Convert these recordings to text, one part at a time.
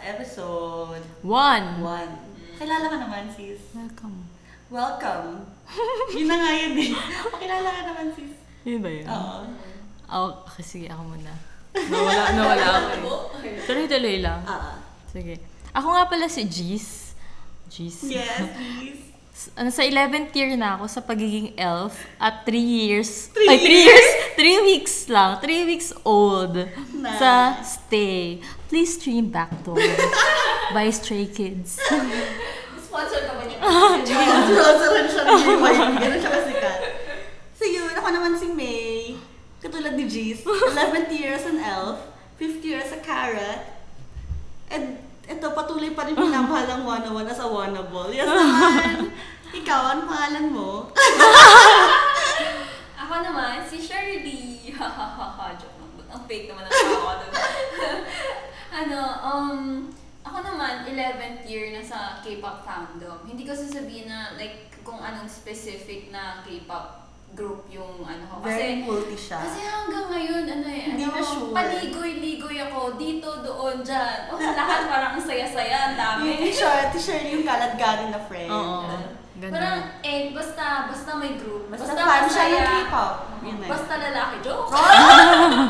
episode One. 1. Kilala ka naman, sis. Welcome. Welcome. yun na nga yun eh. Kilala ka naman, sis. Yun ba yun? Oo. Oh, okay, sige, ako muna. Nawala, nawala ako. eh. Tuloy-tuloy lang. Ah. Sige. Ako nga pala si Jeez. Jeez. yes, please. S- Ano, sa 11th year na ako sa pagiging elf at 3 years, Three ay 3 years, 3 weeks lang, 3 weeks old sa stay. Please stream back to by Stray Kids. Sponsor ka ba niya? Groceran siya ng GY. Ganun siya kasikat. So yun, ako naman si May. Katulad ni Jeez. 11th year as an elf. 5th year as a carrot. And eto, patuloy pa rin pinamahal ang one-on-one as a wannable. Yes naman! Ikaw, ano pangalan mo? Ako naman, si Shirley. Ha ha ha ha. Joke lang. Ba't Ang fake naman ang tawa ko doon. ano, um, ako naman, 11th year na sa K-pop fandom. Hindi ko sasabihin na, like, kung anong specific na K-pop group yung ano ko. Very Kasi, multi siya. kasi hanggang ngayon, ano eh, Hindi ano, na sure. paligoy-ligoy ako dito, doon, dyan. Oh, lahat parang ang saya-saya, ang Yung dami. short, share yung kalat-galing na friend. Oo. Parang, Ganda. eh, basta, basta may group. Basta, fan siya ng masaya. K-pop. Yun eh. na yun. Basta lalaki, joke.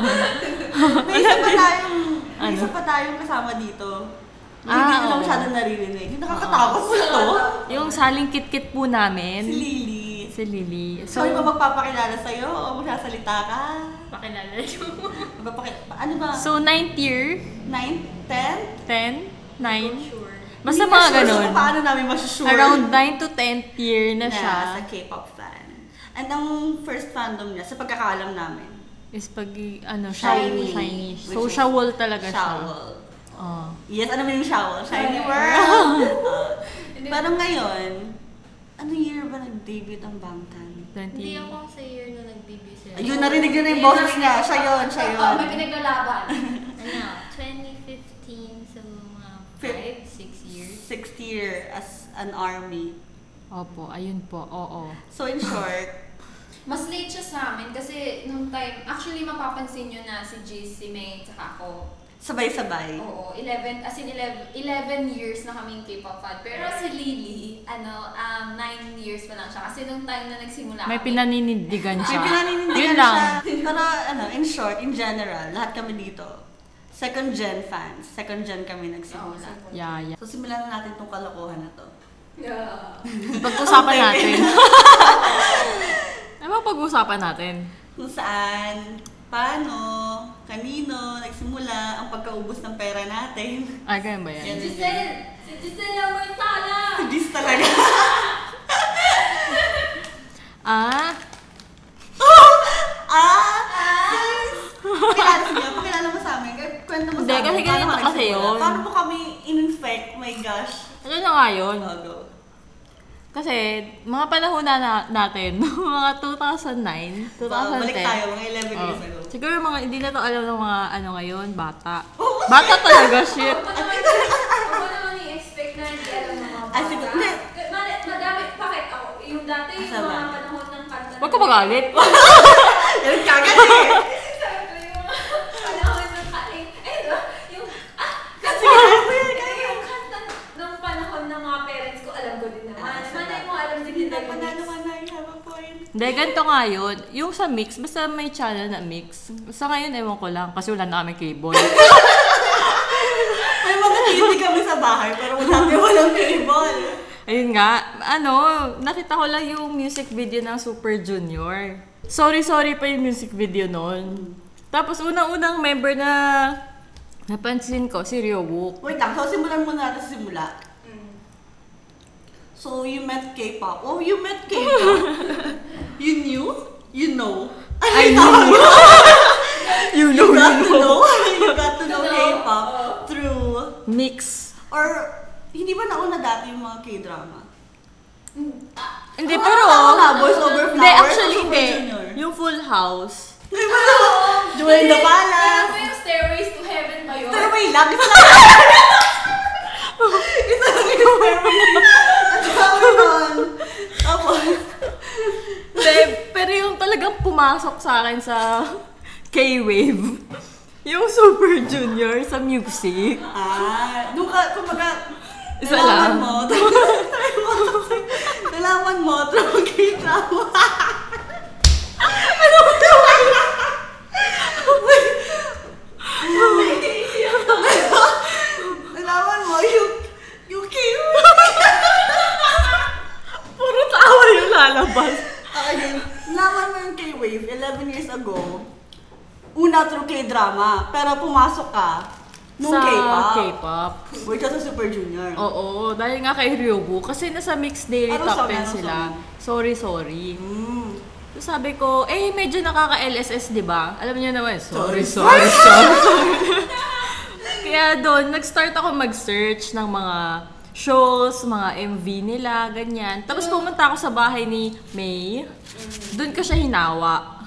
May isa pa tayong, may Ano? isa pa tayong kasama dito. Ah, hindi nyo lang oo. masyado naririnig. Yung nakakatakot mo to. Yung saling kit-kit po namin, Si Lily. si Lily. So, ano ba magpapakilala sa'yo o magsasalita ka? Pakilala Magpapakil- ano ba? So, 9th year, 9, 10? 10, 9, Sure. basta mga ganun. ganun. paano namin masusure? Around 9 to 10th year na siya. Sa K-pop fan. And ang first fandom niya, sa pagkakaalam namin, Is pag, ano, Shiny. shiny. shiny. Which So, is- shawol talaga siya. Shawl. Oh. Yes, ano ba yung shawl? Shiny Shiny. World! Uh, Parang ngayon, ano year ba nag-debut ang Bangtan? 20. Hindi ako sa year na nag-BBC. Ayun, narinig yun na yung boses niya. Siya yun, siya yun. Oo, may pinaglalaban. Ano, 2015, so mga Fif- 5, 6 years. Sixth year as an army. Opo, ayun po. Oo. So in short, Mas late siya sa amin kasi nung time, actually mapapansin nyo na si Jis, si May, tsaka ako. sabay-sabay. Oo, 11, as in 11, 11 years na kaming K-pop fan. Pero si Lily, ano, um, 9 years pa lang siya. Kasi nung time na nagsimula May kami- pinaninindigan May siya. pinaninindigan Yun lang. siya. Pero ano, in short, in general, lahat kami dito, second gen fans. Second gen kami Oo, nagsimula. simula. Yeah, yeah. So simulan na natin tong kalokohan na to. Yeah. Pag-usapan Okay. natin. ano bang pag-usapan natin? Kung saan, paano, kanino, nagsimula ang pagkaubos ng pera natin. Ay, ganyan Ah, ba yan? Yan. Giselle! Si Giselle naman Si sana! Jis talaga. Ah, ah! Pakilala sige, pakilala mo sa amin. Kahit Kwento mo Hindi, sa amin. kasi paano ganito ka kasi nagsimula? yun. Paano mo kami in-infect? My gosh. ano na nga yun? Ano, go. Kasi, mga panahon na, na natin, mga 2009, 2010. Ba- Balik tayo, mga 11 Oh. years ago. Siguro mga, hindi na to alam ng mga ano ngayon, bata. Oo, Bata talaga, shit. Ako Ano naman, ako naman i-expect na hindi alam ng mga Ay, siguro- hindi. Mali- Madami, bakit ako? Yung dati, yung Masama. mga panahon ng kanta. Huwag ka magalit. Yan kagad eh. Siyempre, yung mga panahon ng kain. Ay, no, yung, ah, kasi yung kanta ng panahon ng mga parents ko, alam ko din naman. Ah, Manay mo, alam din Hindi nila na yung panalo ka na, you have a point. Hindi, ganito nga yun. Yung sa mix, basta may channel na mix. Sa ngayon, ewan ko lang, kasi wala na kami cable. May mga tindi kami sa bahay, pero wala kami walang cable. Ayun nga, ano, nakita ko lang yung music video ng Super Junior. Sorry, sorry pa yung music video noon. Tapos unang-unang member na napansin ko, si Ryowook. Wait lang, so simulan muna natin sa simula. Mm. So you met K-pop. Oh, you met K-pop. you knew? You know? I tawag knew. you You got to know. you got to know uh. To know. K-pop Oo. through... Mix. Or, hindi ba nauna dati yung mga K-drama? Hindi, Oo, pero... Ah, tama nga, Boys Over Hindi, Flowers, actually Super hindi. Junior. Yung Full House. Jewel in the Alam mo Palace! yung Stairways to Heaven ba yun? Pero wait lang, isa lang! isa lang yung memory. At saka nun, Tapos, Hindi, pero yung talagang pumasok sa akin sa K-Wave. Yung Super Junior sa music. Ah, doon ka, kumbaga, Isa nalaman lang. mo, nalaman mo, through K-drama. ano ba ito? nalaman mo, yung, yung K-drama. Puro tawa yung lalabas. Okay, game. Ah, nalaman mo yung K-wave 11 years ago, una through K-drama, pero pumasok ka nung sa K-pop. K-pop. Oh. Which was a Super Junior. Oo, dahil nga kay Ryobu. Kasi nasa Mixed Daily Anong Top song? 10 Anong sila. Sorry, sorry. Mm. So sabi ko, eh, medyo nakaka-LSS, di ba? Alam niyo naman, sorry, Sorry. sorry, sorry, sorry. Kaya doon, nag-start ako mag-search ng mga shows, mga MV nila, ganyan. Tapos Mm. pumunta ako sa bahay ni May. Doon ko siya hinawa.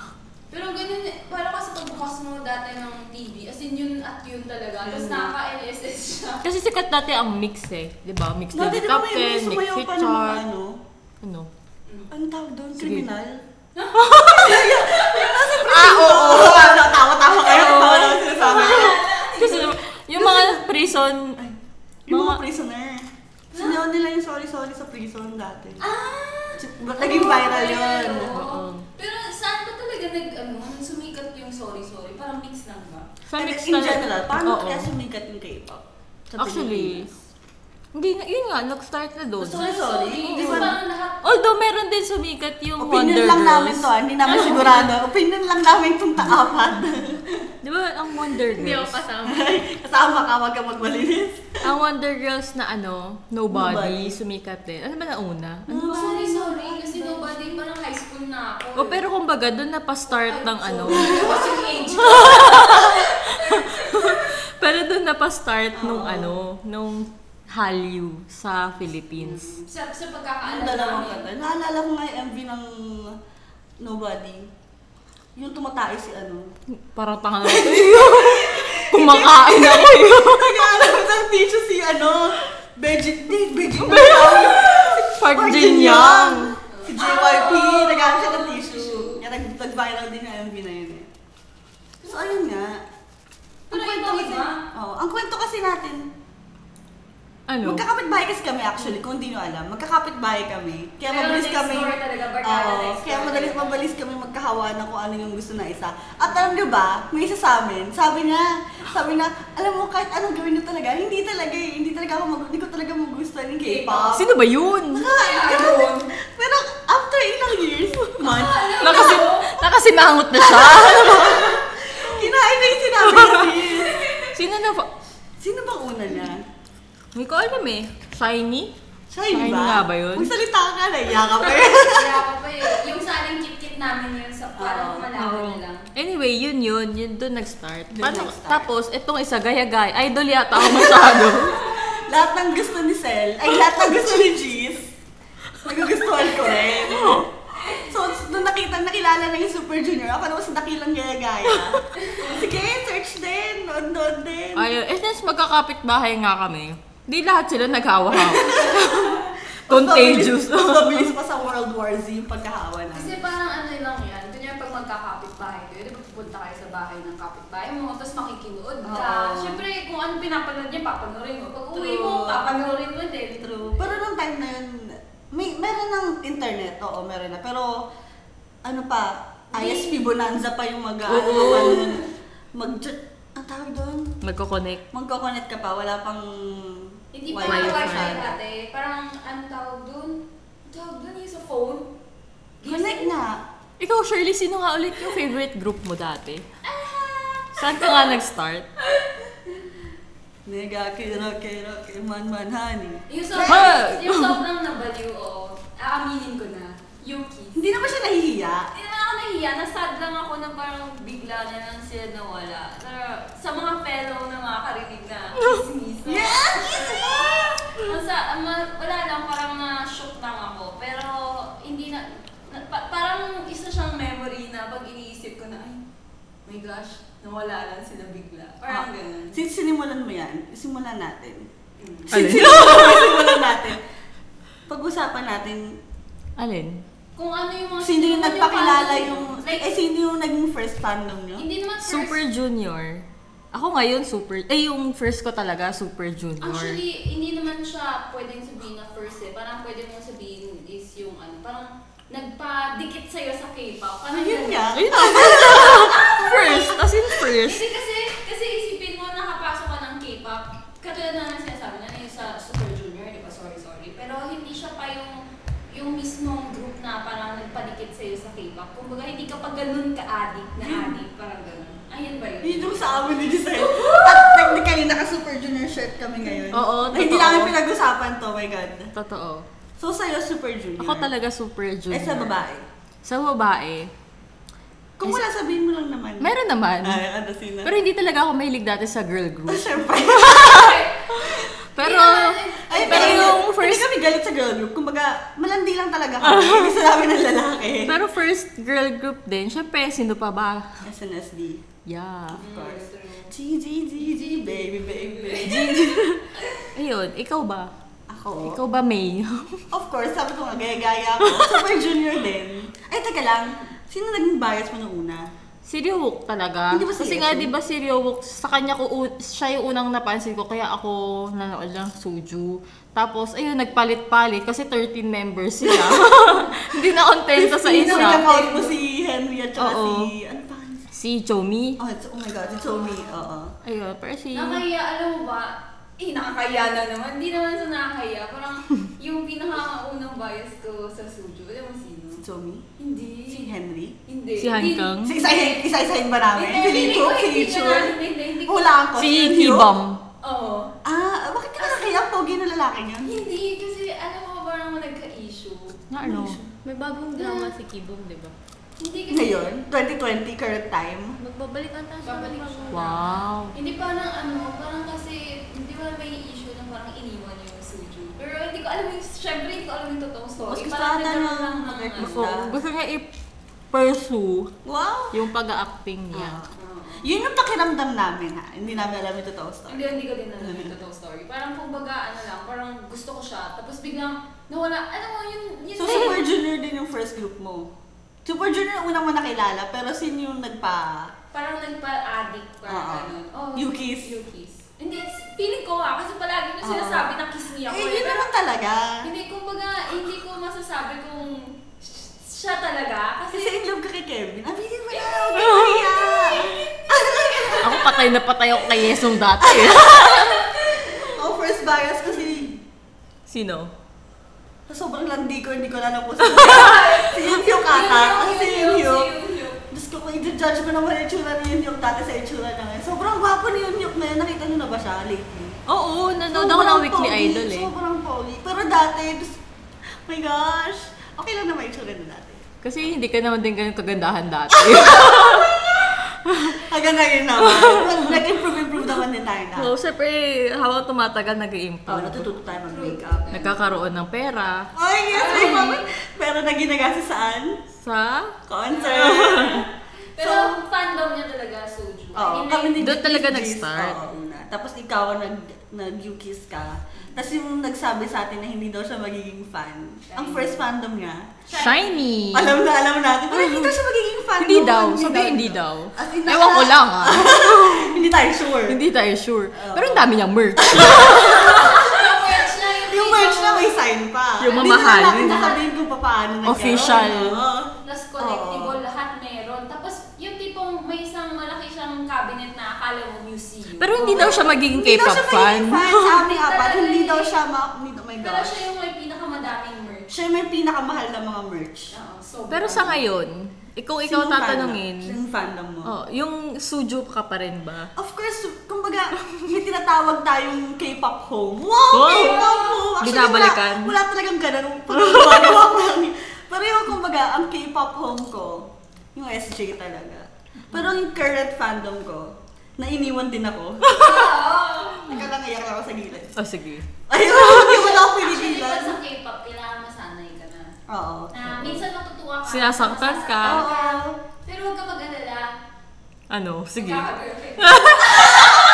Pero ganun, eh, para kasi pagbukas mo dati ng TV, as in yun at yun talaga. Tapos nakaka-LSS siya. Kasi sikat dati ang mix eh. Di ba? Mix Dati Daily di ba Top may 10, mix sumayaw pa ng guitar. mga ano? Ano? Ang tawag doon? Sige. Criminal? Ah, oo! Oo, ano, tawa-tawa kayo. Tawa lang sinasabi ko. Kasi yung mga prison, Yung mga Mga- prisoner. Sinayaw nila yung sorry-sorry sa prison dati. Ah! Naging viral yun. Oo. Pero saan ba talaga nag, ano, sumikat yung sorry, sorry? Parang mix lang ba? sa And mix in talaga- general, paano Oo. kaya sumikat yung K-pop? Sa Actually, Pilipinas? hindi na, yun nga, nag-start na doon. Sorry, sorry. Di ba parang lahat? Although meron din sumikat yung opinion Wonder lang Girls. namin to, ah, hindi namin sigurado. Opinion lang namin itong taapat. Di ba ang Wonder Hindi ako Girls? kasama. Kasama ka, wag kang magmalinis. ang Wonder Girls na ano, Nobody, Nobody. sumikat din. Ano ba na una? Ano? Oh, sorry, sorry. Kasi nobody, parang high school na ako. O Oh, pero kumbaga doon na pa-start ng ano. Kasi yung age ko. Pero doon na pa-start nung ano, nung Hallyu sa Philippines. Sa, sa Ang pagkakaalala dalawang namin. kanta. Naalala ko nga yung MV ng Nobody. Yung tumatay si ano. Parang tanga na Kumakain ako yun. Nag-aaral sa teacher si ano, Beijing, di, Beijing na tawag. Park Park Jin Jin-young. Young. Si JYP, Ah. nag-aaral siya ng tissue. Kaya nag- nag-viral din yung MV na yun eh. So ayun nga. Pero Ang kwento iba-iba. kasi, oh, ang kwento kasi natin, Ano? magkakapit-bahay kasi kami actually, kung di nyo alam, magkakapit-bahay kami. Kaya Pero mabilis next kami, door talaga, ah, barkada Oo, next kaya door. madalis mabalis kami magkahawa na kung ano yung gusto na isa. At alam nyo ba, may isa sa amin, sabi niya, sabi na, alam mo kahit anong gawin nyo talaga, hindi talaga eh, hindi talaga ako mag, hindi ko talaga magustuhan yung K-pop. Sino ba yun? Ah, Ganun. Pero after ilang years, months, Nakasim nakasimangot na siya. kinain na yung sinabi niya. Sino na ba? Sino ba una niya? Hindi ko alam eh. Shiny? Shiny Shiny ba? nga ba yun? Kung salita ka na, yakap ka. Kaya ako pa eh. Yung sa aling kit-kit namin yun, sa parang Ah, Oo. malaman na lang. Anyway, yun yun. Yun doon nag-start. Doon Ano Paano- nag-start. Tapos, itong isa, gaya-gaya. Idol yata ako masyado. lahat ng gusto ni Sel, ay lahat ng gusto ni Jeez, nagugustuhan ko rin. So, nung nakita, nakilala na yung Super Junior, ako naman sa dakilang gaya-gaya. Sige, search din, nood-nood din. Ayun. Eh, since magkakapit-bahay nga kami, di lahat sila naghawa-hawa. Contagious. Mas mabilis pa sa World War Z yung pagkahawa na. Kasi parang ano lang yan, kunya pag magkakapit-bahay kayo, di ba pupunta kayo sa bahay ng kapitbahay mo, tapos makikinood ka. Oo. Siyempre, kung ano pinapanood niya, papanoorin mo. Pag uwi True. mo, papanoorin mo din. True. Pero nung time na yun, may, meron ng internet, oo, meron na. Pero, ano pa, ISP Bonanza pa yung mag, ano, mag, mag, ang tawag doon? Magkoconnect. Magkoconnect ka pa, wala pang Hindi pa wifi. yung wifi Wifi. dati. Parang, ano tawag dun? Ang Tawag dun yung sa phone? Connect na. Ikaw, Shirley, sino nga ulit yung favorite group mo dati? Ah! Saan ka nga nag-start? Nega, kira, kira, man, man, honey. Yung sobrang, Hey! yung sobrang nabaliw, oo. Aaminin ko na. Yung kiss. Hindi naman siya nahihiya. Hindi na ako nahiya, nasad lang ako na parang bigla na lang sila nawala. Pero sa mga fellow na makakarinig na chismis. na- Basta, ah, ma- wala lang, parang na-shock lang ako. Pero, hindi na, na- pa- parang isa siyang memory na pag iniisip ko na, ay, my gosh, nawala lang sila bigla. Ah. Parang ganun. Since sinimulan mo yan, simulan natin. Mm. Alin? Since sinimulan mo, simulan natin. Pag-usapan natin, Alin? Kung ano yung mga... sino yung nagpakilala fandom yung, Like, eh, sino yung naging first fandom nyo? hindi naman first. Super Junior. Ako ngayon, super... Eh, yung first ko talaga, super junior. Actually, hindi naman siya pwedeng sabihin na first eh. Parang pwede mong sabihin is yung ano, parang nagpa-dikit sa'yo sa K-pop. Parang ganun. Ayun nga. Ayun na. first. As in first. Hindi kasi, kasi isipin mo nakapasok ka ng K-pop, katulad na nang sinasabi na yung sa Super Junior, di ba? Sorry, sorry. Pero hindi siya pa yung yung mismong group na parang nagpadikit sa'yo sa K-pop. Kumbaga, hindi ka pa ganun ka-addict na addict, parang ganun. Ayun ba yun? Yun yung sa amin ni Giselle. At technically, naka-super junior shirt kami ngayon. Oo, Na Hindi totoo. namin pinag-usapan to, my God. Totoo. So, sa'yo, super junior. Ako talaga super junior. Eh, sa babae. Sa babae. Kung Eh, wala, sabihin mo lang naman. Meron naman. Ay, ano, sino? Pero hindi talaga ako mahilig dati sa girl group. Siyempre. Pero, Ay, pero yung Hindi first Ah. kami galit sa girl group. Kumbaga, malandi lang talaga kami. Hindi sa namin ng lalaki. Pero first girl group din, syempre, sino pa ba? SNSD. Yeah. Of course. G, G, G, G, baby, baby. Ayun, ikaw ba? Ako? Ikaw ba, May? Of course, sabi ko nga, gaya-gaya ako. Super junior din. Ay, teka lang. Sino naging bias mo nung una? si Ryuwook talaga. Hindi ba si Kasi nga, Yesung? di ba si Ryuwook, sa kanya ko, u- siya yung unang napansin ko, kaya ako nanood lang Suju. Tapos, ayun, nagpalit-palit kasi 13 members sila. Hindi na kontento sa Sino isa. nag-out mo si Henry at saka Oo. si... Ano pa? Si Jomi. Oh, it's, oh my God, it's Omi. Oo. Ayun, pero si... Nakakaya, alam mo ba? Eh, nakakaya na naman. Hindi naman sa nakakaya. Parang yung pinakaunang bias ko sa Suju, alam mo sino? It's Omi. Si Hindi. Henry. Hindi. Si Han Kang? Si isa-isahin isa isa-isahin ba namin? Hindi, hindi ko, Filippo, hindi ko Felicio. na, hindi, hindi, hindi ko. Hulaan ko. Si Hugh. Kibam. Oo. Ah, bakit ka nakakaya? Pogi na lalaki niya. Hindi, kasi alam mo parang nagka-issue. Na ano? May bagong drama si Kibong, di ba? Hindi kasi... Ngayon, 2020, current time. Magbabalik ang taas Babalik ng siya. bagong drama. Wow. Hindi parang ano, parang kasi, hindi ba may issue na parang iniwan yung Suju. Pero hindi ko alam yung, syempre hindi ko alam yung totoong story. Mas gusto Parang ata nagkaroon ng- lang ng ano. So, gusto niya i-pursue Wow! Ah. yung pag-acting niya. Oo. Yun yung pakiramdam namin ha. Hindi namin alam yung totoong story. Hindi, hindi ko din alam yung totoong story. Parang kumbaga, ano lang, parang gusto ko siya. Tapos biglang, nawala, ano mo, yun, yun. So, Super Junior din yung first group mo. Super Junior yung unang mo nakilala, pero sino yung nagpa... Parang nagpa-addict, parang Oo. ganun. Yukis. Yukis. Hindi, feeling ko ah, kasi palagi nung Oo. sinasabi na kiss me ako. eh, eh, yun pero- naman talaga. Hindi, kumbaga, hindi ko masasabi kung s- siya talaga. Kasi Kasi, in love ka kay Kevin. Aminin mo na, huwag ka mahiya. Ako patay na patay ako kay Yesung dati. eh. Ako Oh, first bias kasi Sino? sa sobrang landi ko, hindi ko na napos. si Yunhyuk ata. Kasi si Yun, yun, yun, Yunhyuk. yun, yun. Diyos ko, kung i-judge mo naman yung tsura ni Yunhyuk dati sa itsura na ngayon. Sobrang gwapo ni Yunhyuk na yun. Nakita niyo na ba siya lately? Oo, nanood ako ng Sobrang Weekly pogi, Idol eh. Sobrang pogi. Pero dati, just, my gosh, okay lang naman yung tsura na dati. Kasi hindi ka naman din ganun kagandahan dati. Hanggang ngayon naman. Nag-improve-improve naman din tayo na. so, syempre, habang tumatagal, Oh, nag-improve. natututo tayo mag-makeup. Nagkakaroon ng pera Ay, yes, my mama. Pero na ginagasa saan? sa... Concert. Pero So, ang fandom niya talaga, Soju. Oo, kami ni Doon talaga ni Jis, nag-start. Oo, una. Tapos ikaw ang nag, nag-UKIS ka. Tapos yung nagsabi sa atin na hindi daw siya magiging fan. Ang first fandom niya, Shiny! Alam na, alam natin. Pero hindi daw siya magiging fan. Hindi no? daw. Sabi hindi daw. As in, Ewan ko naka- lang ah. hindi tayo sure. hindi tayo sure. Oo. Pero ang dami niyang merch. Yung merch na yung Yung merch na may sign pa. Yung Hindi na lang mamahalin. natin sasabihin kung paano nagkaroon. Official. Oo. Plus collectible, lahat meron. Tapos yung tipong may isang malaki siyang cabinet na akala mo museum. Pero hindi daw siya magiging Hindi daw K-pop siya fan. magiging fan. Sa aming apat, Talaga hindi eh. daw siya ma... hindi- Oh my Pero gosh. siya yung may pinakamadaming merch. Siya yung may pinakamahal na mga merch. Oo, sobrang. Pero sa ngayon, ikaw ikaw Sinong fandom? tatanungin. Sinong fandom mo? Oh, yung Suju ka pa rin ba? Of course, kumbaga, may tinatawag tayong K-pop home. Wow, Oh! K-pop home! Actually, Binabalikan. Wala, wala talagang ganun. Pagkakagawa ko lang. Pero yung kumbaga, ang K-pop home ko, yung SJ talaga. Pero yung current fandom ko, nainiwan din ako. Nagkatangiyak lang ako sa gilid. Oh, sige. Ayun, hindi mo na ako Actually, pinigilan. pag sa K-pop, kailangan masanay ka na. Oo. Na minsan matutuwa ka. Sinasaktan ka. masasaktan ka. Pero huwag ka mag-alala. Ano? Sige. Magkaka-girlfriend.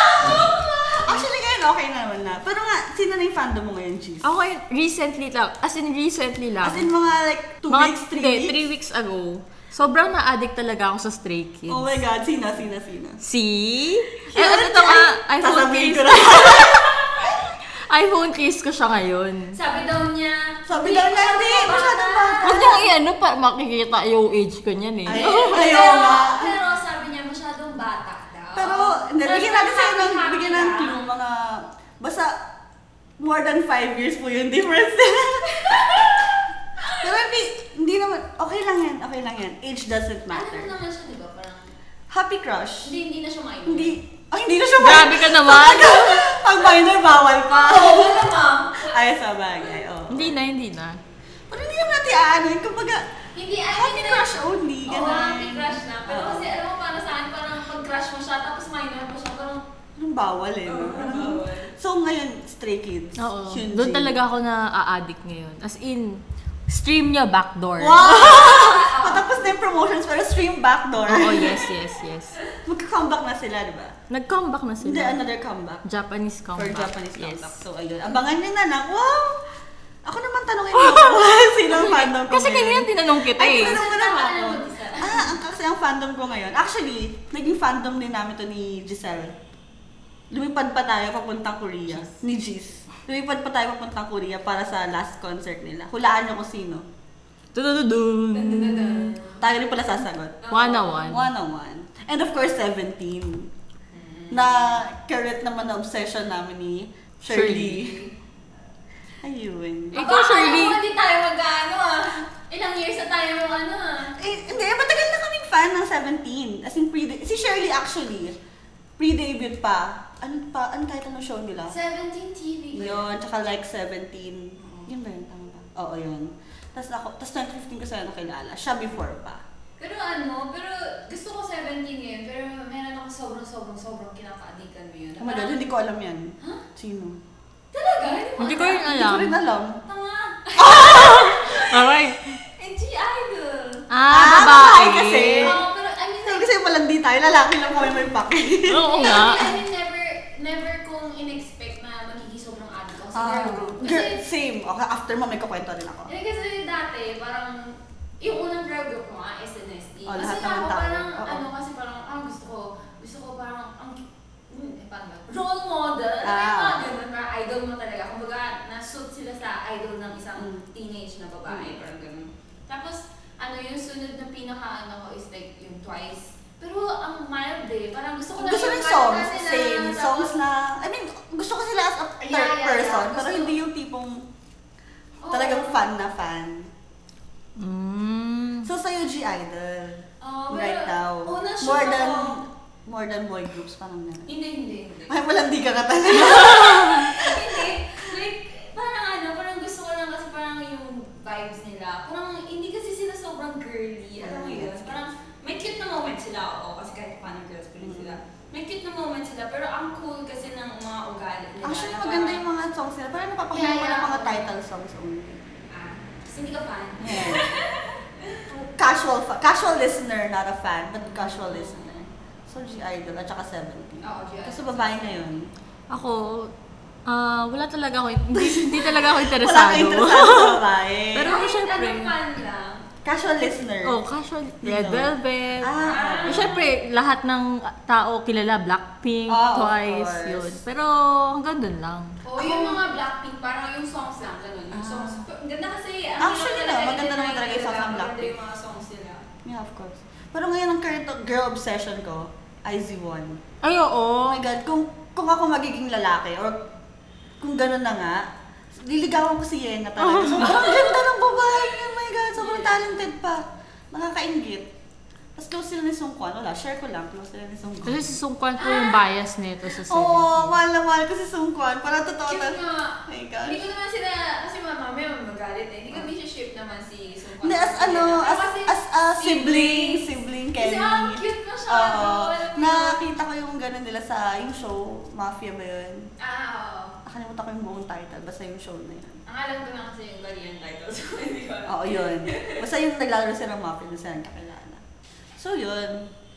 Actually, ngayon okay na naman na. Pero nga, sino na yung fandom mo ngayon, Cheese? Ako yun, recently lang. As in recently lang. As in mga like 2 Mga- eh, weeks, 3 hindi, weeks? three weeks ago. Sobrang na-addict talaga ako sa Stray Kids. Oh my God, sina, sina, sina. See? Eh, ano to nga? iPhone Sasabihin case. ko na. iPhone case ko siya ngayon. Sabi daw niya, Sabi daw niya, hindi, masyadong bata. Huwag niyang i-ano pa makikita yung age ko niyan eh. Ay, Pero, ayaw nga. pero sabi niya, masyadong bata daw. Pero, hindi, bigyan natin sa'yo ng, Happy-happy bigyan ng ka. clue, mga, basta, more than five years po yung difference. Pero hindi, hindi naman, okay lang yan, okay lang yan. Age doesn't Ano matter. naman siya, di ba? Parang, Happy crush. hindi, hindi na siya minor. Hindi, ay, hindi na siya Grabe ka naman! Pag minor, bawal pa. Ah, Oo, wala ma'am. Ay, sa bagay, oo. hindi na, hindi na. Pero hindi naman natin ano yun, kumbaga, Hindi, I happy mean, crush only, Oo, ganun. happy crush na. Pero Oo. kasi, alam mo, para sa akin, parang pag-crush mo siya, tapos minor pa siya, parang, Anong bawal eh. no? Oo, bawal. So ngayon, Stray Kids. Oo. Hyunjin. Doon talaga ako na-addict ngayon. As in, stream niya backdoor. Wow! Patapos na yung promotions pero stream backdoor. Oo, Oh, yes, yes, yes. Magka-comeback na sila, di ba? Nag-comeback na Hindi, sila. another comeback. Japanese For comeback. Japanese yes. comeback. So ayun, abangan nyo na lang. Wow! Ako naman tanongin mo ako sino ang fandom ko Kasi ngayon. kanina tinanong kita Ay, ano? eh. tinanong mo na ba ako. Isa. Ah, ang kasi ang fandom ko ngayon. Actually, naging fandom din namin to ni Giselle. Lumipad pa tayo papuntang Korea. Ni Gis. Lumipad pa tayo papuntang Korea para sa last concert nila. Hulaan nyo kung sino. Mm. dun, Tudududun. dun, dun, dun. Tayo rin pala sasagot. One on one. One on one. And of course, 17. Na current naman na obsession namin ni Shirley. Ayun. Ikaw, Shirley. Baka, hindi tayo mag-ano ah. Ilang years na tayo mag ano ah. Eh, hindi, matagal na kaming fan ng 17. As in, pre si Shirley actually, pre-debut pa. Ano pa, ano kahit anong show nila? 17 TV. Yun, tsaka like 17. Yun ba yun? Tama ba? Oo, yun. Tapos ako, tapos 2015 ko sila nakilala. Siya before pa. Pero ano, pero gusto ko 17 ngayon, pero meron ako sobrang sobrang sobrang kinakaadikan mo yun. Oh my God, hindi ko alam yan. Huh? Sino? Talaga? Hindi ko rin Hindi ko rin alam. alam. Tama! Alright. NG Idol! Ah, Ah, babae. babae kasi. Oo, Eh. pero I mean, Sabi kasi walang di tayo, lalaki lang kami may pake. Oo I mean, nga. I mean, never, never kong in-expect na magiging sobrang adik ako sa Ah, girl group. girl, Kasi, same. Okay, after mo, may kakwento rin ako. eh, kasi dati, parang, yung unang girl group ko ah, nga, SNSD. Oh, kasi lahat naman ako tayo. parang, Oo. ano, kasi parang, ah, gusto ko, gusto ko parang, ang, hmm, eh, paano ba? Role model. Ano Ah. yung mga ganun, parang idol mo talaga. Kumbaga, nasuit sila sa idol ng isang Mm. teenage na babae, Mm. parang ganun. Tapos, ano, yung sunod na pinaka, ano ko, is like, yung twice. Pero, ang mild eh. Parang gusto ko lang Gusto yung rin mild songs, na sila, same. tapos- Songs na, I mean, gusto ko sila as a Yeah, third yeah, yeah. person, pero Gusto- hindi yung tipong Oo. talagang fan na fan. Mm. So, sa'yo, G Idol. Oh, right now. Una shoot more than, ako. more than boy groups, parang gano'n. Hindi, hindi, hindi. Ay, walang di ka ka talaga. hindi. Like, parang ano, parang gusto ko lang kasi parang yung vibes nila. Parang hindi kasi sila sobrang girly. Alam mo yun? Yes. Parang may cute na moment sila. Oo, kasi kahit paano girls pa rin sila. Mm-hmm. May cute na moment sila, pero ang cool kasi ng mga ugali nila. Actually, na maganda parang, yung mga songs nila. Parang Yeah, napapakinggan mo ng yeah. mga title songs only. Ah, kasi hindi ka fan. casual fa- casual listener, not a fan, but casual listener. So, G Idol at saka 17. Oo, G Idol. Kasi babae na yun. Ako, ah, wala talaga ako, hindi, hindi talaga ako Wala interesado. kang interesado sa babae. Pero Kahit syempre. Ano fan lang. casual listener. oh, casual, Red Dito. Velvet. Ah, Eh, Siyempre, lahat ng tao kilala, Blackpink, Ah, of Twice, course. yun. Pero hanggang doon lang. O yung mga Blackpink, parang yung songs lang, ganun. Yung Ah. songs. Ang ganda kasi, ano Actually, talaga, no, maganda naman i-deny talaga yung songs ng nila, Maganda Blackpink. yung mga songs nila. yeah, of course. Pero ngayon, ang current girl obsession ko, IZ1. Ay, Oh oo. my God, kung, kung ako magiging lalaki, or kung gano'n na nga, liligawan ko si Yena talaga. Sobrang ganda ng babae niya, oh my God, sobrang talented pa. Nakakaingit. Tapos close sila ni Sungkwan. Wala, share ko lang. Close sila ni Sungkwan. Kasi susungkwan ko yung bias nito sa Oo, oh, sarili. mahal na mahal ko si Sungkwan. Para totoo Cute na. nga. my gosh. Hindi ko naman sila, kasi mga mami magalit eh. Hindi ko din siya shape naman si Sungkwan. Hindi, as ano, as, Kasi as a sibling, sibling Kasi Kenny. ang cute na siya. Oo. no? Alam mo yun. nakita ko yung ganun nila sa yung show, Mafia ba yun? Ah, oo. Nakalimutan ko yung buong title, basta yung show na yun. Ang alam ko na kasi yung Korean title, so hindi ko alam. Oo, yun. Basta yung naglalaro sila ng Mafia, doon sila nakakilala. So, yun.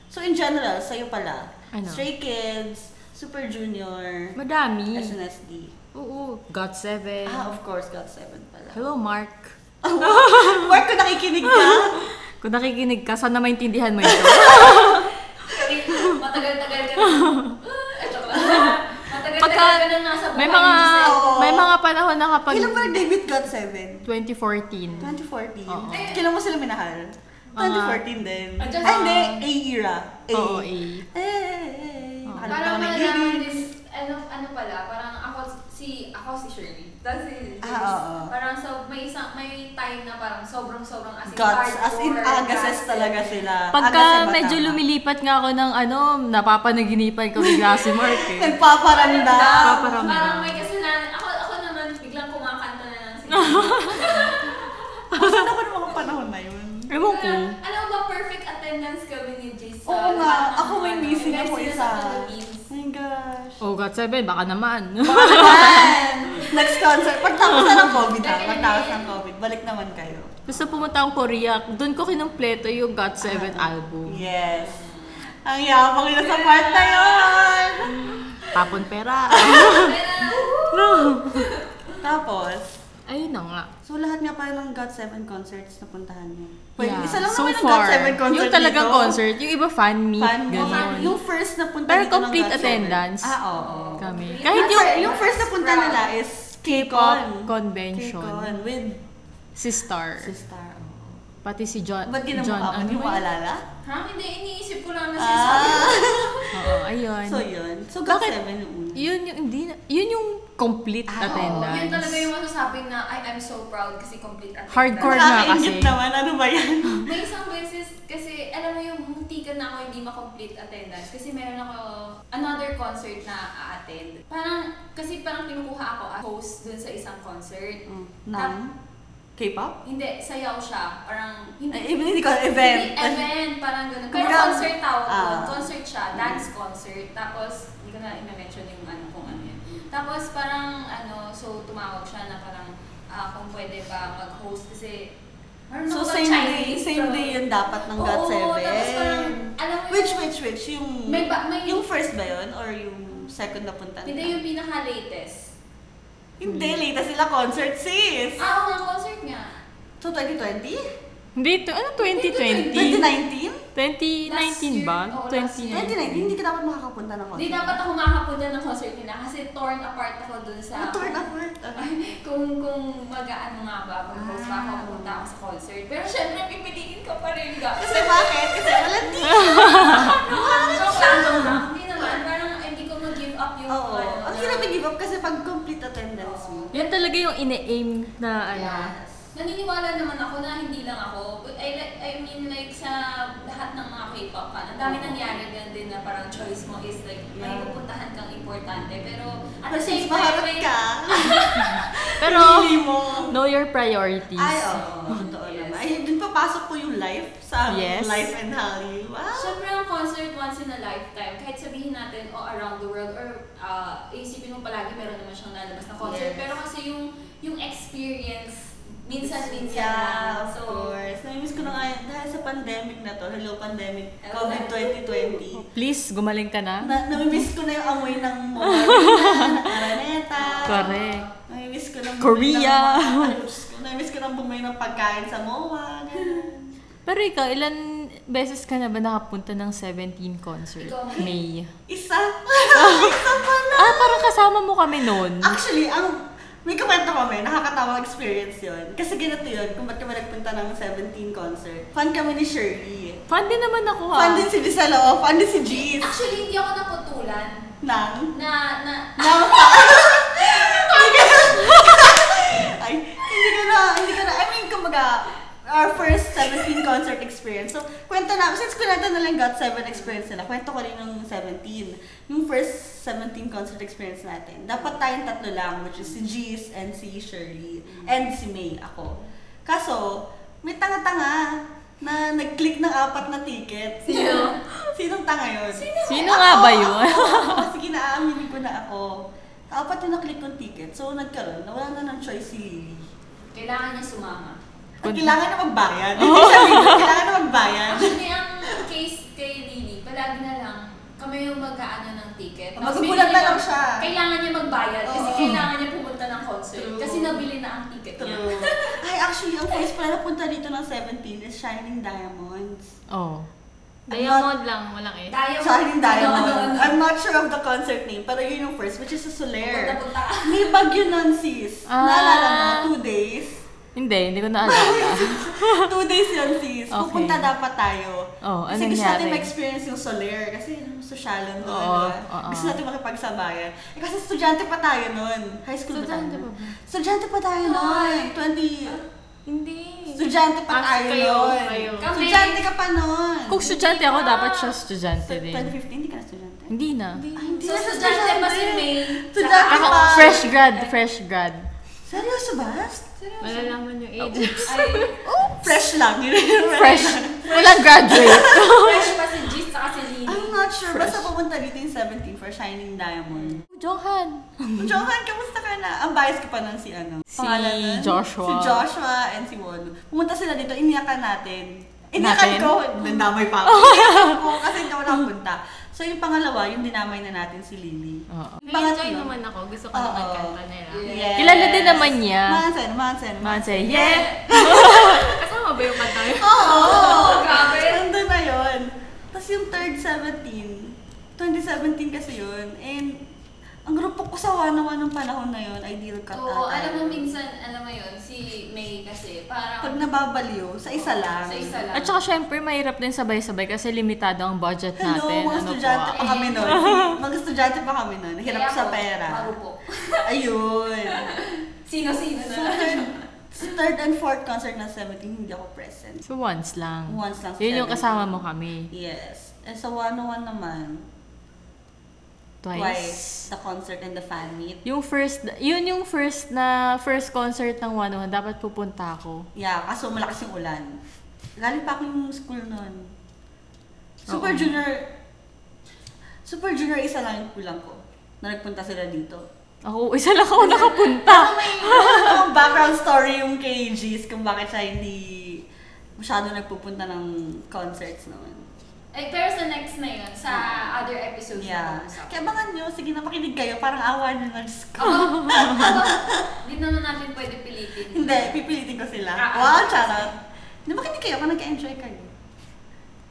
So, in general, sa'yo pala, Ano? Stray Kids, Super Junior, Madami. SNSD. Oo. God Seven. Ah, of course, God 7 pala. Hello, Mark. Mark, kung nakikinig ka, Kung nakikinig ka, sana maintindihan mo ito. Kasi matagal-tagal ka na. Ah, joke lang. Matagal-tagal Pagka- ka na nasa buhay may mga Giselle. Oo. may mga panahon na kapag Kailan ba nag-debut God 7? 2014. 2014. Oo. Kailan mo sila minahal? 2014 din. Ah, just- Ay, hindi. A era. A. Oo, eh. Eh, eh, eh. Oo. Parang Ano pa ako malalaman nag-lyrics? din, ano, ano pala, parang ako, si, ako si Shirley. Tapos si Ah, oo. Parang so, may, isang, may time na parang sobrang-sobrang as in Guts. As in, hardcore, agases guts. talaga sila. Agases Pagka ba medyo tama? lumilipat nga ako ng ano, napapanaginipan ko bigla si Mark eh. Nagpaparamdam. Paparamdam. Parang may kasalanan. Ako, ako naman, biglang kumakanta na lang sila. Saan ako ng mga panahon na yun? Ewan ko. Alam mo ba, perfect attendance kami ni Jason. Oo nga. Ako may missing ako isa. Philippines. Oh my gosh. Oh, God 7, baka naman. Ayan! Next concert. Pagtapos na ng COVID ha. Okay. Pagtapos ng COVID. Balik naman kayo. Gusto pumunta akong Korea, doon ko kinumpleto yung God 7 album. Yes. Ang yabang nila sa part na yun. Tapon pera. Tapos, Ayun na nga. so lahat nga pala ng Got 7 concerts napuntahan niyo. Well, Yeah. isa lang so naman ang far, Got 7 concert yung talagang dito. concert, yung iba fan meet, Fan mo. ganun. Yung first na punta Pero dito ng complete Got 7. attendance. Ah, oo. Kahit Kami. Kahit yung, yung yung first na punta nila is K-pop K-Con. convention, K-Con with si Star, Sister. pati si John. Ba't John, ginawa ka? ano Hindi mo ba yun? Ano maalala? Ha? Hindi, iniisip ko lang na sinasabi. Ah. Oo, ayun. So yun. So got Bakit? seven yung una. yun yung, hindi, na- yun yung complete Ah, oo, attendance. Yun talaga yung masasabing na I am so proud kasi complete attendance. Hardcore. na Nakakaingit kasi. naman. Ano ba yan? May isang beses kasi alam mo yung muntikan na ako hindi ma-complete attendance kasi meron ako another concert na a-attend. Parang kasi parang kinukuha ako as host dun sa isang concert. Oh, Mm. Nang? K-pop? Hindi, sayaw siya. Parang Ay, hindi even hindi ko Event. event. event, parang ganun. Pero Kumbaga, concert tawag doon. ah. Concert siya, dance concert. Tapos, hindi ko na i-mention yung ano kung ano yun. Tapos parang ano, so tumawag siya na parang ah, kung pwede ba mag-host kasi marunong So ako same day, Ano Chinese, same so- day yun dapat ng got Oo, seven. tapos parang, alam mo Which, yung- which, which? Yung, May ba- may- yung first ba yun? Or yung second na punta? Hindi yung pinaka-latest. Hindi, latest sila concert sis. Ah, oo nga, concert nga. So 2020? Hindi, to, ano 2020? 2019? 2019 ba? Last year. Oo, last year. 2019, 2019. hindi ka dapat makakapunta ng Hindi concert. dapat ako makakapunta ng concert nila kasi torn apart ako dun sa... Turn apart. ah. kung kung mag-ano nga ba, mag-host ba ako, Ah. pupunta ako sa concert. Pero syempre, pipiliin ka pa rin ka. Kasi bakit? Kasi walang team. Ano nga, joke lang, joke lang. Hindi naman, parang hindi ko mag-give up yung Oo. ano. Ang hirap i-give up kasi pag complete attendance mo. Yan talaga yung ine-aim na ano. Naniniwala naman ako na hindi lang ako. I, like- I mean, like, sa lahat ng mga K-pop fan, ang dami nangyari din din na parang choice mo is like, may Yeah. pupuntahan kang importante. Pero, at Pero the same since maharap may- ka, Pero, pinili mo. know your priorities. Ay, oo. Totoo Yes. naman. Ay, dun papasok po yung life sa Yes. life and Holly. Wow. Siyempre, ang concert once in a lifetime, kahit sabihin natin, oh, around the world, or ah, isipin mo palagi, meron naman siyang lalabas na concert. Yes. Pero kasi yung yung experience, minsan-minsan lang. Yeah, of So, course. Namiss ko na nga yun. Dahil sa pandemic na to, hello pandemic, Hello. COVID-2020, Please, gumaling ka na. na, namimiss ko na yung amoy ng mga araneta. Correct. Namimiss ko ng Korea. Namimiss ko ng bumay ng pagkain sa MOA. ganun. Pero ikaw, ilan beses ka na ba nakapunta ng 17 concert? Ikaw, May. Isa. Ah, parang kasama mo kami noon. Actually, ang may kwento kami, nakakatawang experience yun. Kasi ganito yun, kung ba't kami nagpunta ng 17 concert. Fan kami ni Shirley. Fan din naman ako ah. ha. Fan din si Bisalo, fan din si Jeez. actually, hindi ako naputulan Nang. na, na, Nang. Ay, hindi ka na, hindi ka na, I mean, kumbaga, our first 17 concert experience. So, kwento na, since kunento na lang got 7 experience nila, kwento ko rin yung 17. Yung first 17 concert experience natin. Dapat tayong tatlo lang, which is si Jeez and si Shirley, and si May, ako. Kaso, may tanga-tanga na nag-click ng apat na ticket. Sino? Sinong tanga yun? Sino nga ba yun? Oo, sige, naaaminin ko na ako. Apat yung naklik kong ticket. So, nagkaroon, nawala na ng choice si Lily. kailangan niya sumama. At kailangan na magbayad. Hindi siya Lily, kailangan na magbayad. Actually, ang case kay Lily, palagi na lang, kami yung mag-ano ng ticket. Tapos Magugulat na bigla- lang siya. Kailangan niya magbayad kasi Oo. kailangan niya pumunta ng concert. True. Kasi nabili na ang ticket niya. True. Ay, actually, ang first pala napunta dito ng 17 is Shining Diamonds. Oh. Diamond lang, walang eh. Diamond. Shining Diamond. Ano, ano, I'm ano. not sure of the concert name, pero yun yung first, which is sa Soler. Punta-punta. May bagyo nun, sis. Ah. Naalala mo, two days. Hindi, hindi ko naalala. two days yun, sis. Okay. Pupunta dapat tayo. Oh, kasi anong gusto natin nangyari? ma-experience yung Soler. Kasi yun, social doon. Oo, diba? oo. Gusto natin makipagsabayan. Eh, kasi estudyante pa tayo nun. High school Estudyante ba tayo? pa ba? Estudyante pa tayo nun. Ay. 20... Hindi. Estudyante pa Ask tayo kayo, nun. kayo. Kami. Estudyante ka pa nun. Kung estudyante ako, dapat siya estudyante Sa din. 2015, hindi ka na estudyante. Hindi na. Ay, hindi So, na estudyante pa si May. Estudyante Ako, pa. fresh grad, fresh grad. Seryoso ba? Malalaman yung age. Ay, Oh, fresh lang. Yun yung Fresh. Walang graduate. fresh pa si Gis sa si Lily. I'm not sure. Basta pupunta dito yung 17 for Shining Diamond. Johan. Johan, kamusta ka na? Ang bias ko pa nun si ano? Si Pangalan nun? Joshua. Si Joshua and si Wono. Pumunta sila dito, iniyakan natin. Iniyakan Natin? ko. Nandamay pa ako. Iniyakan ko kasi hindi ako nakapunta. So yung pangalawa, yung dinamay na natin si Lily. Oo. Yung Nag-enjoy pangatlo- naman ako. Gusto ko naman Oo. kanta nila. Yes. Kilala din naman niya. Mansen, Mansen, Manse, yeah! Kasama ba yung kanta yun? Oh, Oo! Grabe. Nandun na yun. Tapos yung third 17, 2017 kasi yun. And ang grupo ko sa Wanawa ng panahon na yun, Ideal Cut Oo, ata. alam mo minsan, alam mo yun, si May kasi, parang... Pag nababaliw, sa isa lang. Sa isa lang. At saka syempre, mahirap din sabay-sabay kasi limitado ang budget Hello, natin. mga estudyante po, pa ah. kami nun. mga estudyante pa kami nun. Hirap Kaya sa ako, pera. marupok. Ayun. Sino-sino So, na. third, sa third and fourth concert na 17, hindi ako present. So, once lang. Once lang sa Yun yung seven. kasama mo kami. Yes. And sa 101 naman, Twice. twice the concert and the fan meet. Yung first, yun yung first na, first concert ng 101, dapat pupunta ako. Yeah, kaso malakas yung ulan. Galing pa ako yung school noon. Super Oo. Junior, Super Junior isa lang yung kulang ko na nagpunta sila dito. Ako, isa lang ako nakapunta. Ang background story yung kay G's kung bakit siya hindi masyado nagpupunta ng concerts naman. Ay, pero sa next na yun, sa other episode na Yeah. pag-usapan. Kaya abangan nyo, sige na makinig kayo, parang awa nyo na Diyos ko. Ako, ako, hindi naman natin pwede pilitin. Hindi, pipilitin ko sila. Ah, ah. Wow, charot. Hindi makinig kayo kung nag-enjoy kayo.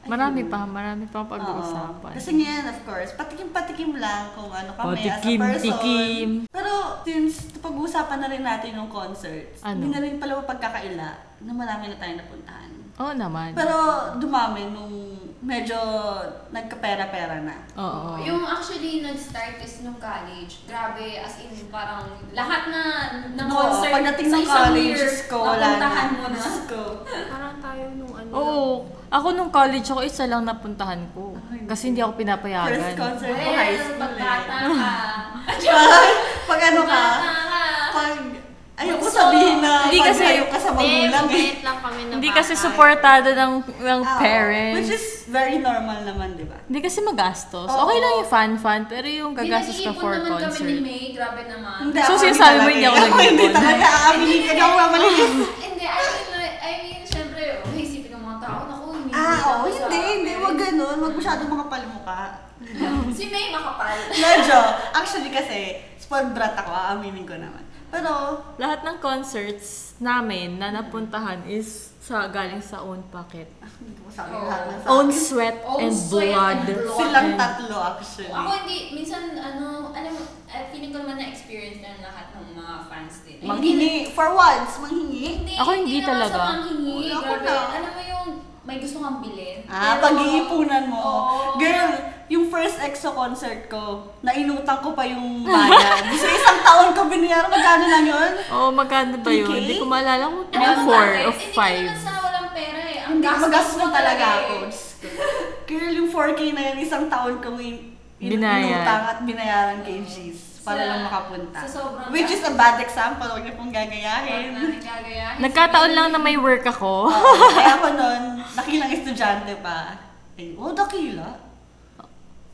Marami Ayun. pa, marami pa ang Oo. pag-uusapan. Kasi ngayon, of course, patikim-patikim lang kung ano kami Patikim, as a person. tikim. Pero since pag-uusapan na rin natin yung concerts, Ano? hindi na rin pala mapagkakaila na marami na tayong napuntahan. Oo naman. Pero dumami nung medyo nagkapera-pera na. Oo. Yung actually nag-start is nung college. Grabe, as in parang lahat na ng Oo, concert pagdating sa ng isang college, year, Diyos ko, wala na. napuntahan mo na. Diyos ko. Parang tayo nung ano. Oo. Ako nung college ako, isa lang napuntahan ko. Ay, Kasi hindi ako First pinapayagan. concert ko high Well, school. pagbata eh. ka. Pag, pag ano ka, Pagbata ka. pag ayoko Gusto. sabihin na Hindi pag kasi- ayaw ka sa magulang eh. mabait lang kami na Hindi kasi bata. supportado ng, ng Ah, parents. Which is very normal naman, di ba? Hindi kasi magastos. Oo. Okay lang yung fan-fan, pero yung Hindi, gagastos ka nag-iipon for naman kami ni concert. May. Grabe naman. So, ako sinasabi mo talaga hindi ako eh. Hindi nag-iipon? talaga, aaminin ka na ako mamaligid. Hindi, I mean, like, I mean, syempre, oh, isipin ng mga tao, naku, hindi. Ah, ako oo, sa hindi, hindi, wag parents." ganun. Wag masyado mga palmuka. Si May makapal. Medyo, actually kasi, spoiled brat ako, aaminin ko naman. Pero, Lahat ng concerts namin na napuntahan is sa galing sa own pocket. hindi ko sabi Oo. lahat ng sa Own sweat Own and sweat blood. and blood. Silang tatlo actually. Ako hindi, minsan, ano, alam, mo, eh, feeling ko naman na-experience na lahat ng mga fans din. Eh, hindi- Manghingi, for once, manghingi. Hindi, Ako hindi naman talaga. sa manghingi, Wala ko grabe. na. Alam mo yung may gusto kang bilhin. pero- Ah, pag-iipunan mo. Oo. Girl, yung first EXO concert ko, nainutang ko pa yung bayad. Sa isang taon ko binayaran, magkano lang yun? Oo, Oh, magkano ba yun? 3K? Hindi ko maalala kung Alam mo bakit? 4 or Hindi naman 5. sa walang pera eh. Ang Hindi, gastos magastos mo na talaga eh. ako. Girl, yung 4K na yun, isang taon kong in- in- Binayad. inutang at binayaran kay G's para Sa- lang makapunta. sa sobrang Which is a bad example, huwag niyo pong Huwag gagayahin. natin gagayahin. Nagkataon lang na may work ako. Oo, kaya ako nun, nakilang estudyante pa. Ay, oh, dakila.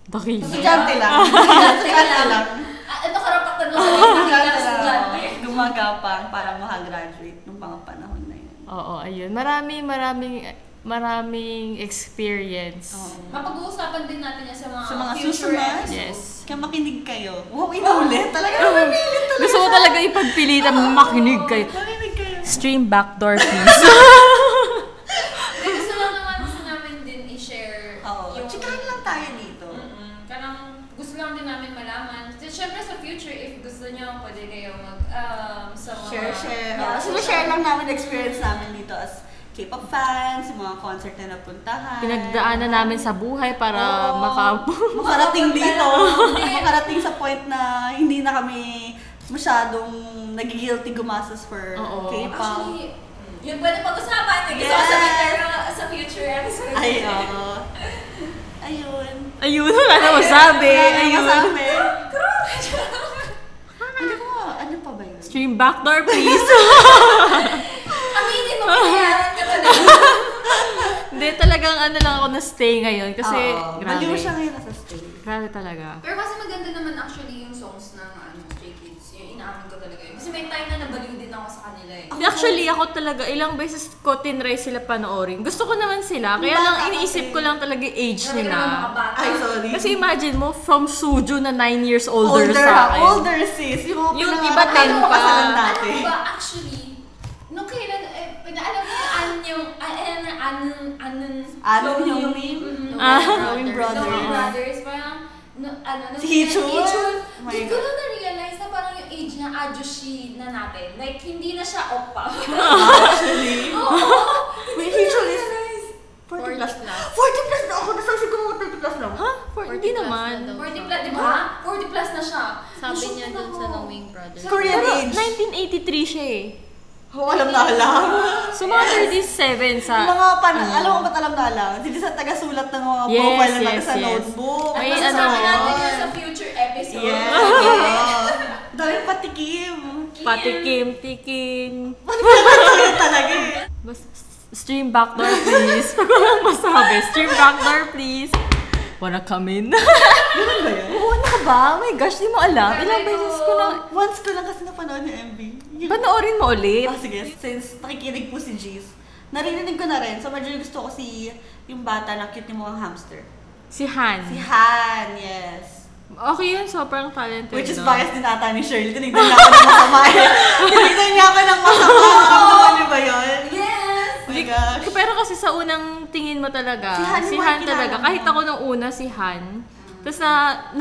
Bakit? Estudyante lang. Estudyante Estudyante lang. Ah, Ano karapatan mo sa mga Estudyante lang. estudyante? Gumagapang para makagraduate nung mga panahon na yun. Oo, ayun. Marami, maraming maraming experience. Mapag-uusapan din natin yan sa mga, Sa mga future susunod. episodes. Yes. Kaya makinig kayo. Wow, inulit. Talaga makinig talaga. Gusto ko talaga ipagpilitan makinig kayo. Makinig kayo. Stream backdoor please. Pero gusto lang naman gusto namin din i-share Oo. Chikahan lang tayo dito. Mm-mm. Parang gusto lang din namin malaman. So, syempre sa future, if gusto nyo, pwede kayo mag, um, sa mga... Share, share. Yeah, Yeah, Sinishare lang namin experience namin dito as K-pop fans, yung mga concert na napuntahan. Pinagdaanan namin sa buhay para Oo. maka makarating dito. Makapagdala. makarating sa point na hindi na kami masyadong nagigilty gumastos for Oo. K-pop. Actually, yun pwede pag-usapan. Eh. Gusto ko Yes. sabihin pero sa future episode. Ay, oo. Ayun. Ayun, wala na Ano masabi. Ayun. Ayun. Ano ko, ano pa ba yun? Stream backdoor please. Aminin mo, pinayaran ka talaga. Hindi, talagang ano lang ako na stay ngayon kasi Oo, grabe. Baliw siya ngayon sa stay. Grabe talaga. Pero kasi maganda naman actually yung songs ng ano, Stray Kids. Yung inaamin ko talaga yun. Kasi may time na nabaliw din ako sa kanila eh. Hindi, Actually, ako talaga, ilang beses ko tinry sila panoorin. Gusto ko naman sila, kaya lang Bata kasi. iniisip ko lang talaga yung age Grabe nila. ka naman mga bata. Ay, sorry. Kasi imagine mo, from Suju na 9 years older, older, sa akin. Older sis. Yung mga Yung pinangarap iba na ten yung pa. makasalan natin. Ano ba actually, nung kailan, eh, pinaalam ko yung anon yung, anon, anon, anon, Anon Chloe yung- mm, Ah. Knowing Mm-hmm. Brothers. Knowing Brothers, parang, no, ano, nung Si pinag- Hichun? Hichun, Oh my Di ko na na-realize na parang yung age niya, ajoshi na natin. Like, hindi na siya oppa. Actually. Oo. Hindi Wait, ko Hichun is- na-realize. 40 plus. 40 plus. 40 plus na ako. Nasa siguro 30 plus na ako. Ha? For, hindi 40 plus naman. na daw. 40 plus, di ba? 40 plus na siya. Sabi Na-shock niya na dun sa ako. Knowing Brothers. Korean Pero age. 1983 siya eh. Oo, alam na alam. So mga 37 sa... Yung mga pan, alam ko ba't alam na alam? Hindi sa taga-sulat ng mga Yes, profile na yes, nasa yes. notebook. Ay, At Nasa ano? masasabi natin yun. yun sa future episode. oh. Yes. Oo. Daming patikim. Patikim, tikim. Talaga talaga eh. Bas, stream backdoor please. Pag walang masabi, stream backdoor please. Wanna come in? Ganun ba yun? Oo, ano ka ba? Oh my gosh, di mo alam. Ilang beses ko na... Once ko lang kasi napanood yung MV. Yung- Panoorin mo ulit. Ah, sige. Since nakikinig po si Jeez, narinig ko na rin. So, medyo gusto ko si yung bata na cute ni mukhang hamster. Si Han. Si Han, yes. Okay yun, sobrang talented. Which is no? biased din ata ni Shirley. Tinignan niya ako ng masama. eh. Tinignan niya ako ng masama. Ano niyo ba yun? Yes! Oh my gosh. Pero kasi sa unang tingin mo talaga, Si Han yung mga kilala talaga. mo. Kahit ako nung una, si Han. Tapos na,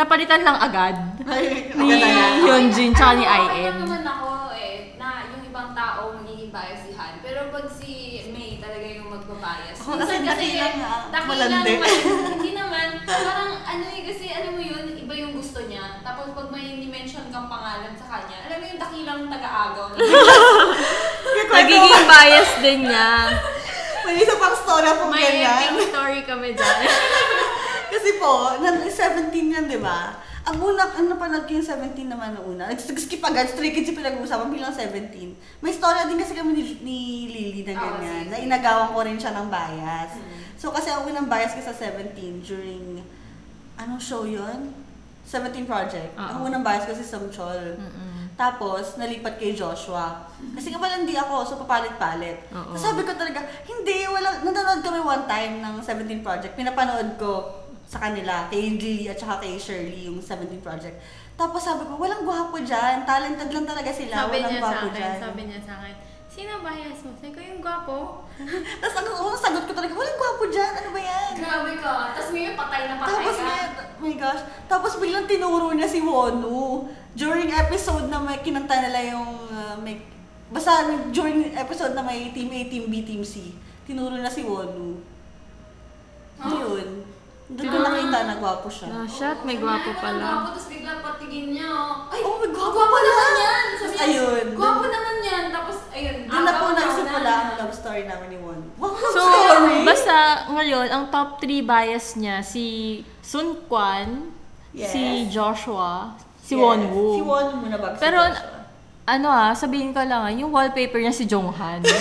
napalitan lang agad. Ay, Ni agad agad. Okay, Hyunjin tsaka ni ano, IM. Okay naman ako eh, na yung ibang tao magiging bias si Han. Pero pag si May talaga yung magbabias. Ako Minsan kasi dakilang, Oh, ah, dakilang malandi. man- hindi naman. Parang ano eh, kasi alam mo yun, iba yung gusto niya. Tapos pag may ni-mention kang pangalan sa kanya, alam mo yung dakilang taga-agaw. Nagiging bias din niya. May isa pang story po May ganyan. epic story kami dyan. Kasi po, na 17 yan, di ba? Ang una, ang napanood ko yung 17 naman na una. Nag-skip agad, stray kids yung pinag-uusapan bilang 17. May story din kasi kami ni, ni Lily na Oo, ganyan, Ah, sige. na inagawan ko rin siya ng bias. Mm. So kasi ang unang bias ko sa 17 during, anong show yun? 17 Project. Oo. Ang unang bias ko si Samchol. Tapos, nalipat kay Joshua. Mm. Kasi kapal hindi ako, so papalit-palit. Oo. So, sabi ko talaga, hindi, wala. Nanonood kami one time ng 17 Project. Pinapanood ko sa kanila, kay Lily at saka kay Shirley, yung 17 Project. Tapos sabi ko, walang gwapo dyan. Talented lang talaga sila. sabi walang niya sa gwapo akin, dyan. sabi niya sa akin, sino bias mo? Sabi ko, yung gwapo. Tapos ang unang sagot ko talaga, walang gwapo dyan. Ano ba yan? Grabe ka. Tapos may patay na patay Tapos, ka. may, my gosh. Tapos biglang tinuro niya si Wonu. During episode na may kinanta nila yung uh, may... Basta during episode na may Team A, Team B, Team C, tinuro na si Wonu. Huh? Yun. Doon ko nakita na gwapo siya. Ah, shit, may gwapo Ang gwapo, pala. tapos bigla patigin niya. oh. Ay, Oh, may gwapo gwapo pala. naman yan! Sabi Tapos niya, ayun. Gwapo Ah, naman yan! Tapos, ayun. Doon na po agaw-agaw nagsimula na. ang love story namin ni Wonu. Wow, So, sorry! basta ngayon, ang top 3 bias niya, si Sun Kwan, Yes. si Joshua, si Yes. Wonwoo. Si Wonu muna bago si Pero, Joshua. ano ah, sabihin ko lang ah, yung wallpaper niya si Jonghan. Ay,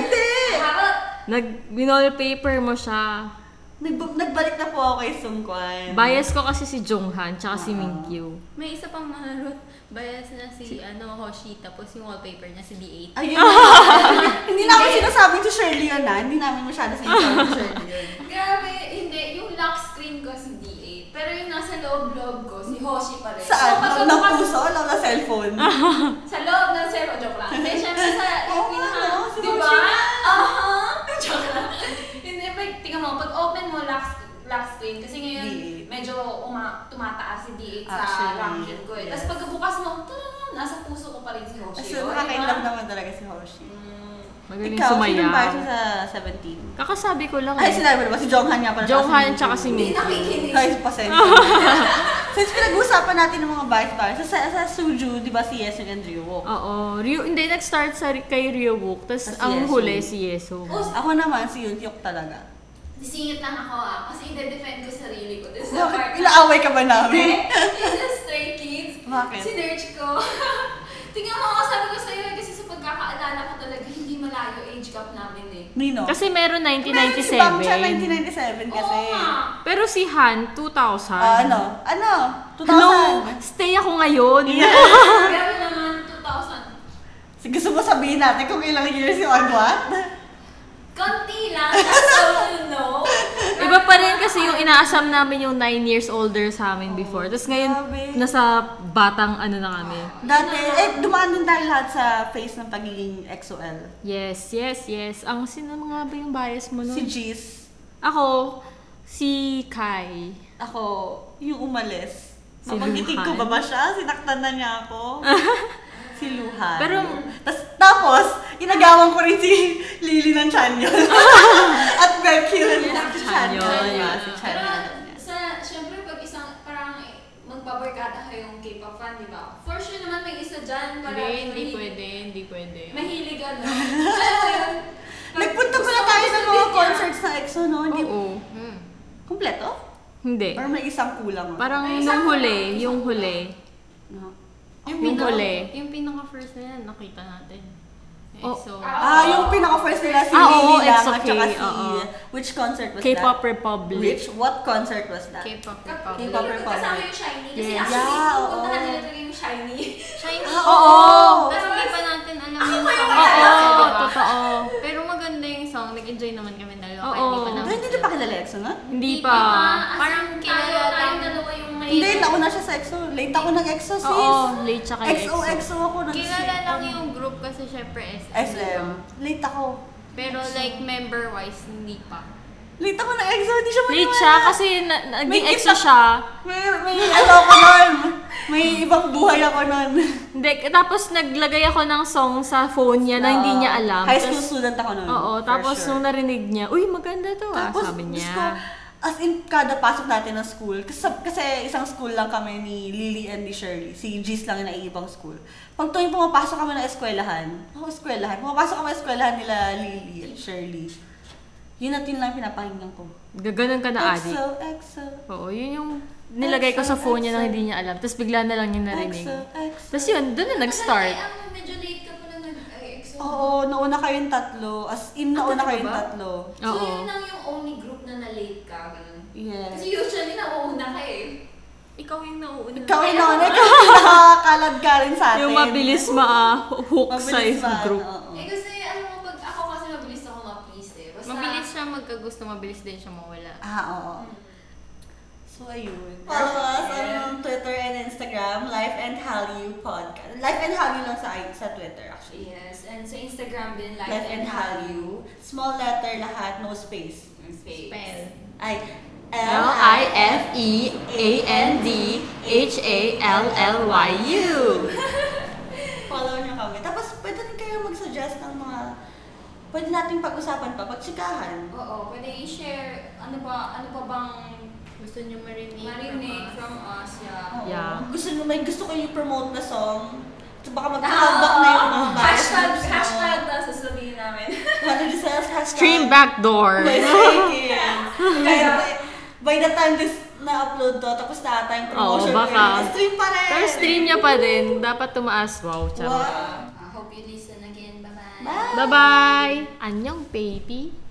hindi! Harap! Nag, wallpaper mo siya. Nagb- nagbalik na po ako kay Sungkwan. Bias ko kasi si Jonghan tsaka si Oo. Minkyu. May isa pang maharot. Bias na si, ano, Hoshi, tapos yung wallpaper niya si D8. Ayun. hindi namin sinasabing si Shirley yun na. Hindi namin masyado sinasabing si Shirley yun. Grabe, hindi. Yung lock screen ko si D8. Pero yung nasa loob-loob ko, si Hoshi pa rin. Saan? pag Love ng lumakas- puso o love ng cellphone? Sa loob ng zero, joke lang. Hindi, syempre sa Oo yung nga, pinaka, no? Si di ba? Hoshi. Aha! Joke lang. Hindi, pag, tingnan mo, pag open mo lock, sc- lock screen, kasi ngayon, D8. medyo uma, tumataas si D8 sa Actually, ranking ko eh. Tapos yes. pagbukas mo, tara, nasa puso ko pa rin si Hoshi. oh, So, nakakailang diba? naman talaga si Hoshi. Mm, Magaling Ikaw, sino ba sumayaw. siya sa 17? Kakasabi ko lang Ay, eh. sinabi mo ba? Si Jonghan nga pala. Jonghan tsaka si Hindi Minkyu. nakikinig. Guys, pasensya. Since pinag-uusapan natin ng mga bias bias, sa, sa, sa Suju, di ba si Yesun and Ryuwook? Oo. Ryu, hindi, nag-start sa, kay Ryowook. Tapos Tas ang Yesung. huli si Yesung. Oh, Ako naman, si Yunhyuk talaga. Disingit lang ako ah, kasi ide-defend ko sarili ko. This is the part Bakit? Inaaway ka ba namin? Eh? Is this Stray Kids? Bakit? Sinerge ko. Tingnan mo ako, sabi ko sa'yo eh, kasi sa pagkakaalala ko talaga, hindi malayo age gap namin eh. Nino? Kasi meron Meron si Bang Chan, 1997. 1997 kasi. Oo nga. Pero si Han, 2000. Ah, ano? Ano? 2000? Hello! Stay ako ngayon! Grabe naman, 2000. Sige, Gusto mo sabihin natin kung ilang years yung on what? Konti lang, that's all you know. Iba pa rin kasi yung inaasam namin yung 9 years older sa amin before. Tapos ngayon, Grabe. nasa batang ano na kami. Dati, eh, dumaan din tayo lahat sa phase ng pagiging XOL. Yes, yes, yes. Ang sino mga ba yung bias mo nun? Si Jis, Ako, si Kai. ako, yung umalis. Si Mapagkitig ko Luhan. ba ba siya? Sinaktan na niya ako. si Luhan. Pero- tas, tapos, inagawan ko rin si Lily ng Chanyon. At Becky rin si Chanyon. Chanyon. Ah, Si Pero, Chanyon. sa, syempre pag isang, parang magbabarkada kayong K-pop fan, di ba? For sure naman may isa dyan. parang Hindi, hindi mahilig- pwede, hindi pwede. Mahilig ano. Alam mo yun? Pag- Nagpunta pala gusto- tayo sa gusto din mga niya. concerts sa EXO, no? Hindi, Oo. Hmm. Kumpleto? Hindi. Or may isang kulang? Parang Ay, isang- nung huli, yung huli. No. Yung Yung pinaka, huli. yung pinaka first na yan, nakita natin. Eh, Oh. So, Ah, yung pinaka-first nila si Ah, oo, Lily lang EXO at saka K, si... oo. Which concert was K-pop that? Republic. Which? What concert was that? K-pop Kapag K-pop Republic. Republic. kasama yung shiny. Kasi Yes. actually, Yeah, oo. pupuntahan nila talaga yung shiny. Shiny. Ah, oo. Ah, Pero hindi pa natin alam Ako yung pa yung song. wala. Oo, Diba? totoo. Pero maganda yung song. Nag-enjoy naman kami dalawa. kahit Oo. Hindi pa Pero namin. hindi niyo pa kilala EXO, no? Hindi Hindi pa. pa. As Parang in, tayo, kilala tayo lang. dalawa yung may... Hindi, nauna siya sa EXO. Late ako nag-EXO, sis. Oo, late siya kay EXO, EXO ako. nag- Kilala lang yung group kasi syempre SM. SM. Late ako. Pero like member-wise, hindi pa. Late ako ng EXO, hindi siya Late maniwala. siya kasi na- na- May naging EXO kita- siya. May, may ano ako nun. May ibang buhay ako nun. Hindi, tapos naglagay ako ng song sa phone niya na hindi niya alam. High school Tas- student ako nun. Oo, for tapos sure. nung narinig niya, uy, maganda to ah, sabi Diyos niya. ko, as in, kada pasok natin ng school, kasi, kasi isang school lang kami ni Lily and ni Shirley, si Gis lang yung naiibang school. Pag tuwing pumapasok kami ng eskwelahan, ako eskwelahan, pumapasok kami ng eskwelahan nila Lily and Shirley, yun at yun lang yung pinapakinggan ko. Gaganon ka na, Adi. EXO, EXO, Oo, yun yung nilagay ko sa EXO, phone niya na EXO. hindi niya alam. Tapos bigla na lang yung narinig. EXO, EXO. Tapos yun, doon na Ay, nag-start. ang medyo late ka pala nag-EXO. Oo, nauna kayong tatlo. As in, nauna Ah, talaga kayong ba? tatlo. So, Oo. yun lang yung only group na na-late ka. Ganun. Kasi Yes. usually nauuna ka eh. Ikaw yung nauuna. Ikaw yung nauna, ikaw yung nakakalad ka rin sa atin. Yung mabilis ma-hook sa Mabilis ba? isang group. Oo. Eh kasi alam mo, pag ako kasi mabilis ako ma-please eh. Basta, Mabilis siya magkagusto, mabilis din siya mawala. Ah, oo. Mm. So, ayun. Follow Follow us us on Twitter and Instagram, Life and Hallyu Podcast. Life and Hallyu lang sa, sa Twitter, actually. Yes, and sa Instagram din, Life, like and Hallyu. Small letter lahat, no space. Space. Spell. Ay, E L-I-F-E-A-N-D-H-A-L-L-Y-U. Follow niyo kami. Tapos, pwede rin kayo mag-suggest ng mga pwede nating pag-usapan pa, pagsikahan. Oo, pwede i-share ano ba, ano pa bang Gusto niyo marinig? marinig from us, yeah. Oo. Yeah. Gusto niyo, may gusto kayo i-promote na song. So, baka mag-comeback Ah, na yung mga oo. bagay. hashtag, hashtag na sasabihin namin. What did you say? Hashtag- Stream backdoor. By seconds. Kaya by, by the time this na-upload to, tapos na ata yung promotion. Oo, baka. period. Stream pa rin! Pero stream niya pa din. Dapat tumaas. Wow, charot. Wow. I hope you listen again. Bye-bye. Ah. Bye! Bye-bye! Anyong, baby!